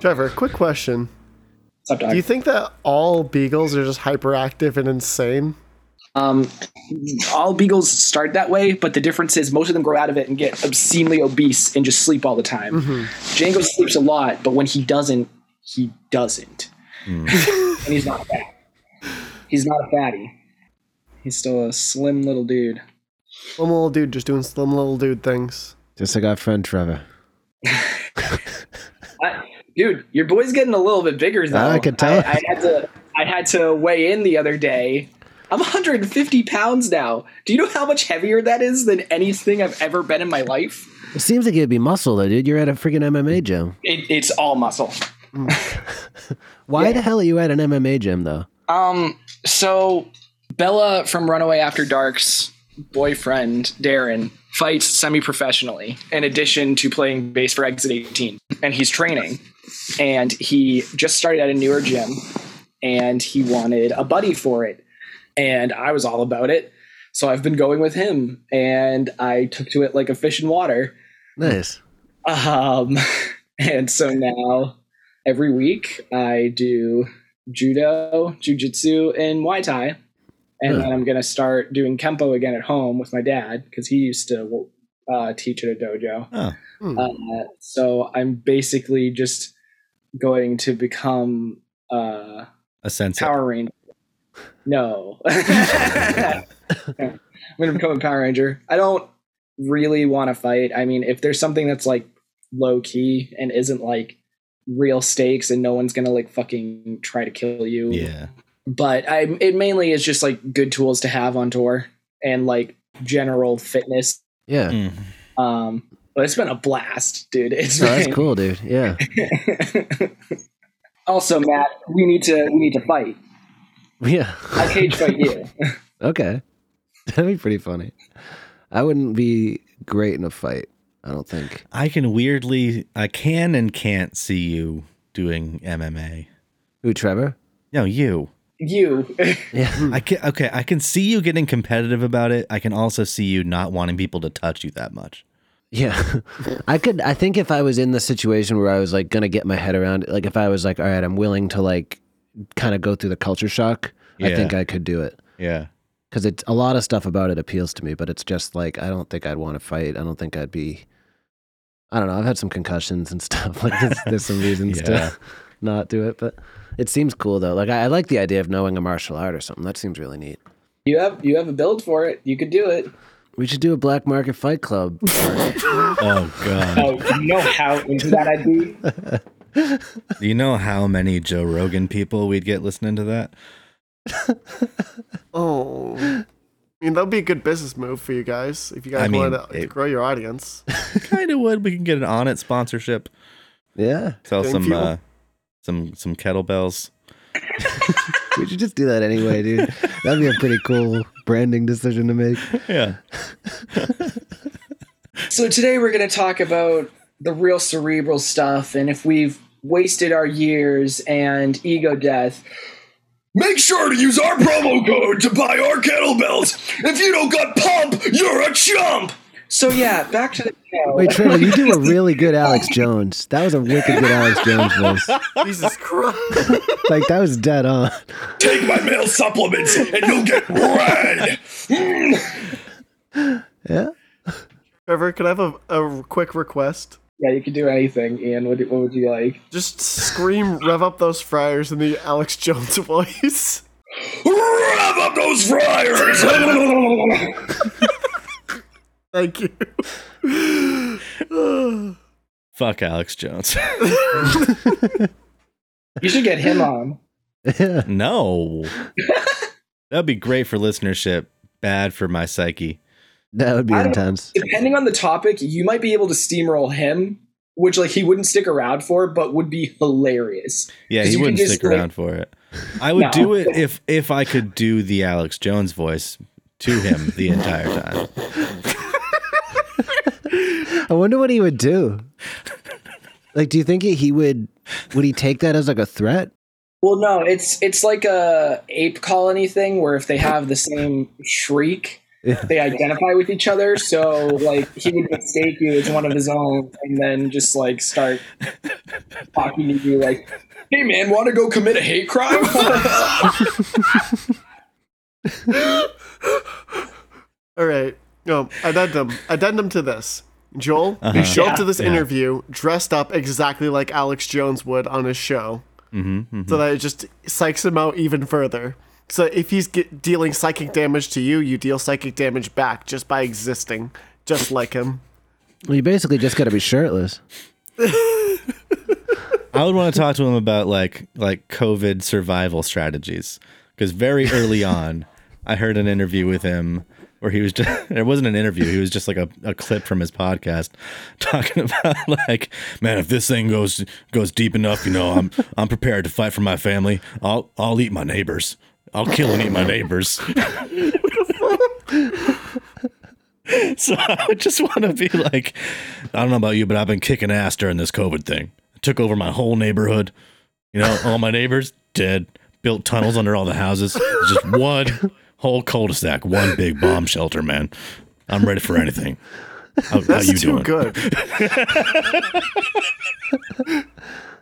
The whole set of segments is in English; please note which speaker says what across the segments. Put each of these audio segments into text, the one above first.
Speaker 1: Trevor, quick question.
Speaker 2: What's up,
Speaker 1: Do you
Speaker 2: dog?
Speaker 1: think that all beagles are just hyperactive and insane?
Speaker 2: Um, all beagles start that way, but the difference is most of them grow out of it and get obscenely obese and just sleep all the time.
Speaker 3: Mm-hmm.
Speaker 2: Django sleeps a lot, but when he doesn't, he doesn't.
Speaker 3: Mm.
Speaker 2: and he's not fat. He's not a fatty. He's still a slim little dude.
Speaker 1: Slim little dude just doing slim little dude things.
Speaker 3: Just like our friend Trevor.
Speaker 2: I, dude, your boy's getting a little bit bigger though.
Speaker 3: I can tell.
Speaker 2: I, I had to I had to weigh in the other day. I'm 150 pounds now. Do you know how much heavier that is than anything I've ever been in my life?
Speaker 3: It seems like it'd be muscle though, dude. You're at a freaking MMA gym.
Speaker 2: It, it's all muscle.
Speaker 3: Why the hell are you at an MMA gym though?
Speaker 2: Um, so Bella from Runaway After Dark's boyfriend, Darren, fights semi professionally in addition to playing bass for Exit 18. And he's training. And he just started at a newer gym and he wanted a buddy for it. And I was all about it. So I've been going with him and I took to it like a fish in water.
Speaker 3: Nice.
Speaker 2: Um, and so now every week I do judo, jujitsu, and Muay Thai. And
Speaker 3: Huh.
Speaker 2: then I'm going to start doing Kempo again at home with my dad because he used to uh, teach at a dojo.
Speaker 4: Oh.
Speaker 1: Hmm.
Speaker 2: Uh, so I'm basically just going to become uh,
Speaker 4: A sense.
Speaker 2: Power Ranger. No. I'm going to become a Power Ranger. I don't really want to fight. I mean, if there's something that's like low key and isn't like real stakes and no one's going to like fucking try to kill you.
Speaker 4: Yeah.
Speaker 2: But I it mainly is just like good tools to have on tour and like general fitness.
Speaker 3: Yeah.
Speaker 4: Mm.
Speaker 2: Um but it's been a blast, dude. It's
Speaker 3: So that's
Speaker 2: been-
Speaker 3: cool, dude. Yeah.
Speaker 2: also, Matt, we need to we need to fight.
Speaker 3: Yeah.
Speaker 2: I cage fight you.
Speaker 3: Okay. That'd be pretty funny. I wouldn't be great in a fight, I don't think.
Speaker 4: I can weirdly, I can and can't see you doing MMA.
Speaker 3: Who, Trevor?
Speaker 4: No, you.
Speaker 2: You
Speaker 3: Yeah.
Speaker 4: I can. Okay, I can see you getting competitive about it. I can also see you not wanting people to touch you that much.
Speaker 3: Yeah. I could I think if I was in the situation where I was like gonna get my head around it, like if I was like, all right, I'm willing to like kind of go through the culture shock, I
Speaker 4: Yeah.
Speaker 3: think I could do it.
Speaker 4: Yeah.
Speaker 3: Because it's a lot of stuff about it appeals to me, but it's just like I don't think I'd want to fight. I don't think I'd be I don't know, I've had some concussions and stuff. Like there's, there's some reasons
Speaker 4: Yeah.
Speaker 3: to not do it, but it seems cool though. Like I, I like the idea of knowing a martial art or something. That seems really neat.
Speaker 2: you have you have a build for it. You could do it.
Speaker 3: We should do a black market fight club.
Speaker 4: Oh god.
Speaker 2: Oh, you know how into that I'd be.
Speaker 4: Do you know how many Joe Rogan people we'd get listening to that?
Speaker 1: Oh. I mean, that would be a good business move for you guys if you guys
Speaker 4: I mean,
Speaker 1: wanted to, to
Speaker 4: it-
Speaker 1: grow your audience.
Speaker 4: kind of would. We can get an on it sponsorship.
Speaker 3: yeah.
Speaker 4: Sell
Speaker 1: Thank
Speaker 4: some
Speaker 1: you.
Speaker 4: uh, some some kettlebells.
Speaker 3: We should just do that anyway, dude. That'd be a pretty cool branding decision to make.
Speaker 4: Yeah.
Speaker 2: So today we're going to talk about the real cerebral stuff and if we've wasted our years and ego death.
Speaker 5: Make sure to use our promo code to buy our kettlebells. If you don't got pump, you're a chump.
Speaker 2: So yeah, back to the show.
Speaker 3: Wait, Trevor, you do a really good Alex Jones. That was a wicked good Alex Jones voice.
Speaker 1: Jesus Christ.
Speaker 3: Like that was dead on.
Speaker 5: Take my male supplements and you'll get red.
Speaker 3: Yeah.
Speaker 1: Trevor, could I have a, a quick request?
Speaker 2: yeah, you could do anything, Ian. What, do- what would you like?
Speaker 1: Just scream, rev up those fryers in the Alex Jones voice.
Speaker 5: Rev up those fryers.
Speaker 1: Thank you.
Speaker 4: Fuck Alex Jones.
Speaker 2: You should get him on.
Speaker 3: Yeah.
Speaker 4: no. That'd be great for listenership. Bad for my psyche.
Speaker 3: That would be
Speaker 2: I don't-
Speaker 3: intense.
Speaker 2: Depending on the topic, you might be able to steamroll him, which like he wouldn't stick around for, but would be hilarious.
Speaker 4: Yeah,
Speaker 2: 'Cause
Speaker 4: he
Speaker 2: you could
Speaker 4: wouldn't
Speaker 2: just,
Speaker 4: stick
Speaker 2: like-
Speaker 4: around for it. I would
Speaker 2: No.
Speaker 4: do it if if I could do the Alex Jones voice to him the entire time.
Speaker 3: I wonder what he would do. Like, do you think he, he would would he take that as like a threat?
Speaker 2: Well, no, it's it's like a ape colony thing where if they have the same shriek,
Speaker 3: Yeah.
Speaker 2: they identify with each other. So like he would mistake you as one of his own, and then just like start talking to you like,
Speaker 5: Hey man, want to go commit a hate crime?
Speaker 1: All right. Um, addendum. Addendum to this. Joel,
Speaker 4: Uh-huh.
Speaker 1: you show up to
Speaker 2: Yeah.
Speaker 1: this
Speaker 4: Yeah.
Speaker 1: interview dressed up exactly like Alex Jones would on his show,
Speaker 4: hmm hmm
Speaker 1: so that it just psychs him out even further. So if he's get, dealing psychic damage to you, you deal psychic damage back just by existing, just like him.
Speaker 3: Well, you basically just got to be shirtless.
Speaker 4: I would want to talk to him about like like COVID survival strategies because very early on, I heard an interview with him where he was just it wasn't an interview he was just like a, a clip from his podcast talking about like man if this thing goes goes deep enough you know i'm i'm prepared to fight for my family i'll i'll eat my neighbors i'll kill and eat my neighbors So I would just want to be like, I don't know about you, but I've been kicking ass during this COVID thing. I took over my whole neighborhood. You know, all my neighbors dead. Built tunnels under all the houses. It's Just one whole cul-de-sac, one big bomb shelter, man. I'm ready for anything. How, how
Speaker 1: That's
Speaker 4: you
Speaker 1: too
Speaker 4: doing?
Speaker 1: good.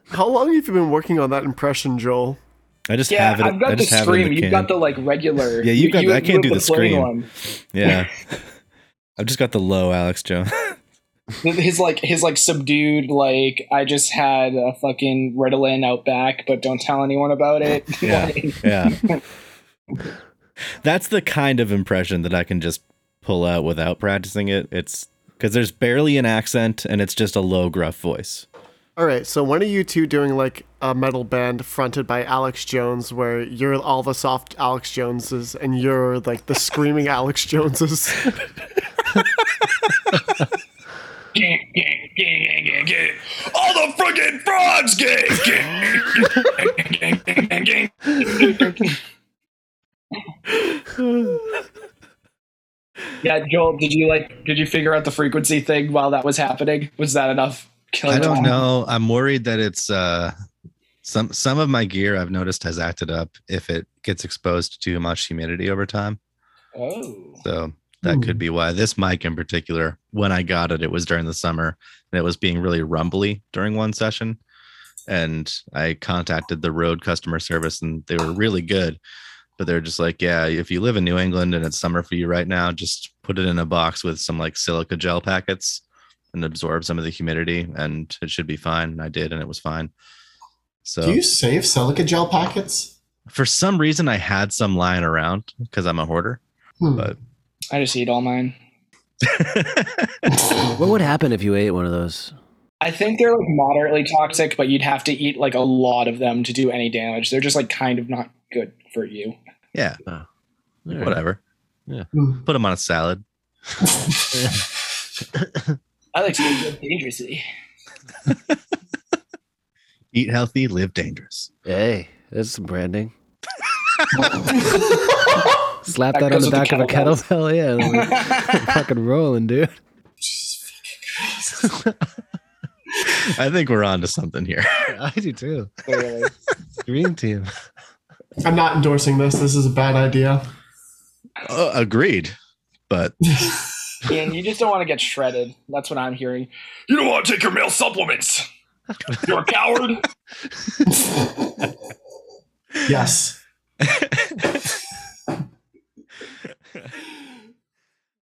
Speaker 1: How long have you been working on that impression, Joel?
Speaker 4: I just
Speaker 2: yeah,
Speaker 4: have it.
Speaker 2: I've got the
Speaker 4: I just have it
Speaker 2: scream.
Speaker 4: in the
Speaker 2: You've
Speaker 4: can.
Speaker 2: got the like regular.
Speaker 4: Yeah, you've got- I can't
Speaker 2: have
Speaker 4: do the
Speaker 2: plain
Speaker 4: scream.
Speaker 2: one.
Speaker 4: yeah. I've just got the low, Alex Jones.
Speaker 2: His like his like subdued like I just had a fucking Ritalin out back, but don't tell anyone about it.
Speaker 4: Yeah.
Speaker 2: Like,
Speaker 4: Yeah. That's the kind of impression that I can just pull out without practicing it. It's because there's barely an accent and it's just a low, gruff voice.
Speaker 1: All right, so when are you two doing like a metal band fronted by Alex Jones, where you're all the soft Alex Joneses and you're like the screaming Alex Joneses?
Speaker 5: Gang, gang, gang, gang, gang, gang. All the friggin' frogs gang. gang, gang, gang, gang, gang, gang.
Speaker 2: yeah, Joel, did you like did you figure out the frequency thing while that was happening? Was that enough? Killing
Speaker 6: I don't
Speaker 2: time?
Speaker 6: know. I'm worried that it's uh some some of my gear I've noticed has acted up if it gets exposed to too much humidity over time.
Speaker 2: Oh,
Speaker 6: So that
Speaker 7: Hmm.
Speaker 6: could be why this mic in particular, when I got it, it was during the summer and it was being really rumbly during one session. And I contacted the road customer service and they were really good. But they're just like, yeah, if you live in New England and it's summer for you right now, just put it in a box with some like silica gel packets and absorb some of the humidity and it should be fine. And I did and it was fine. So
Speaker 7: Do you save silica gel packets?
Speaker 6: for some reason I had some lying around because I'm a hoarder.
Speaker 7: Hmm.
Speaker 6: But-
Speaker 2: I just eat all mine.
Speaker 3: What would happen if you ate one of those?
Speaker 2: I think they're like moderately toxic, but you'd have to eat like a lot of them to do any damage. They're just like kind of not good for you.
Speaker 6: yeah, whatever.
Speaker 7: Hmm.
Speaker 6: Put them on a salad.
Speaker 2: I like to eat them dangerously.
Speaker 6: Eat healthy, live dangerous.
Speaker 3: Hey, that's some branding. Slap
Speaker 2: That
Speaker 3: that, on
Speaker 2: goes
Speaker 3: the
Speaker 2: with
Speaker 3: back
Speaker 2: the
Speaker 3: of a kettlebell. Yeah,
Speaker 2: I
Speaker 3: like, fucking rolling, dude.
Speaker 6: I think we're on to something here.
Speaker 3: I do too. Dream team.
Speaker 1: I'm not endorsing this. This is a bad idea.
Speaker 6: Oh, agreed. But
Speaker 2: Ian, you just don't want to get shredded. That's what I'm hearing.
Speaker 5: You don't want to take your male supplements. You're a coward.
Speaker 7: Yes.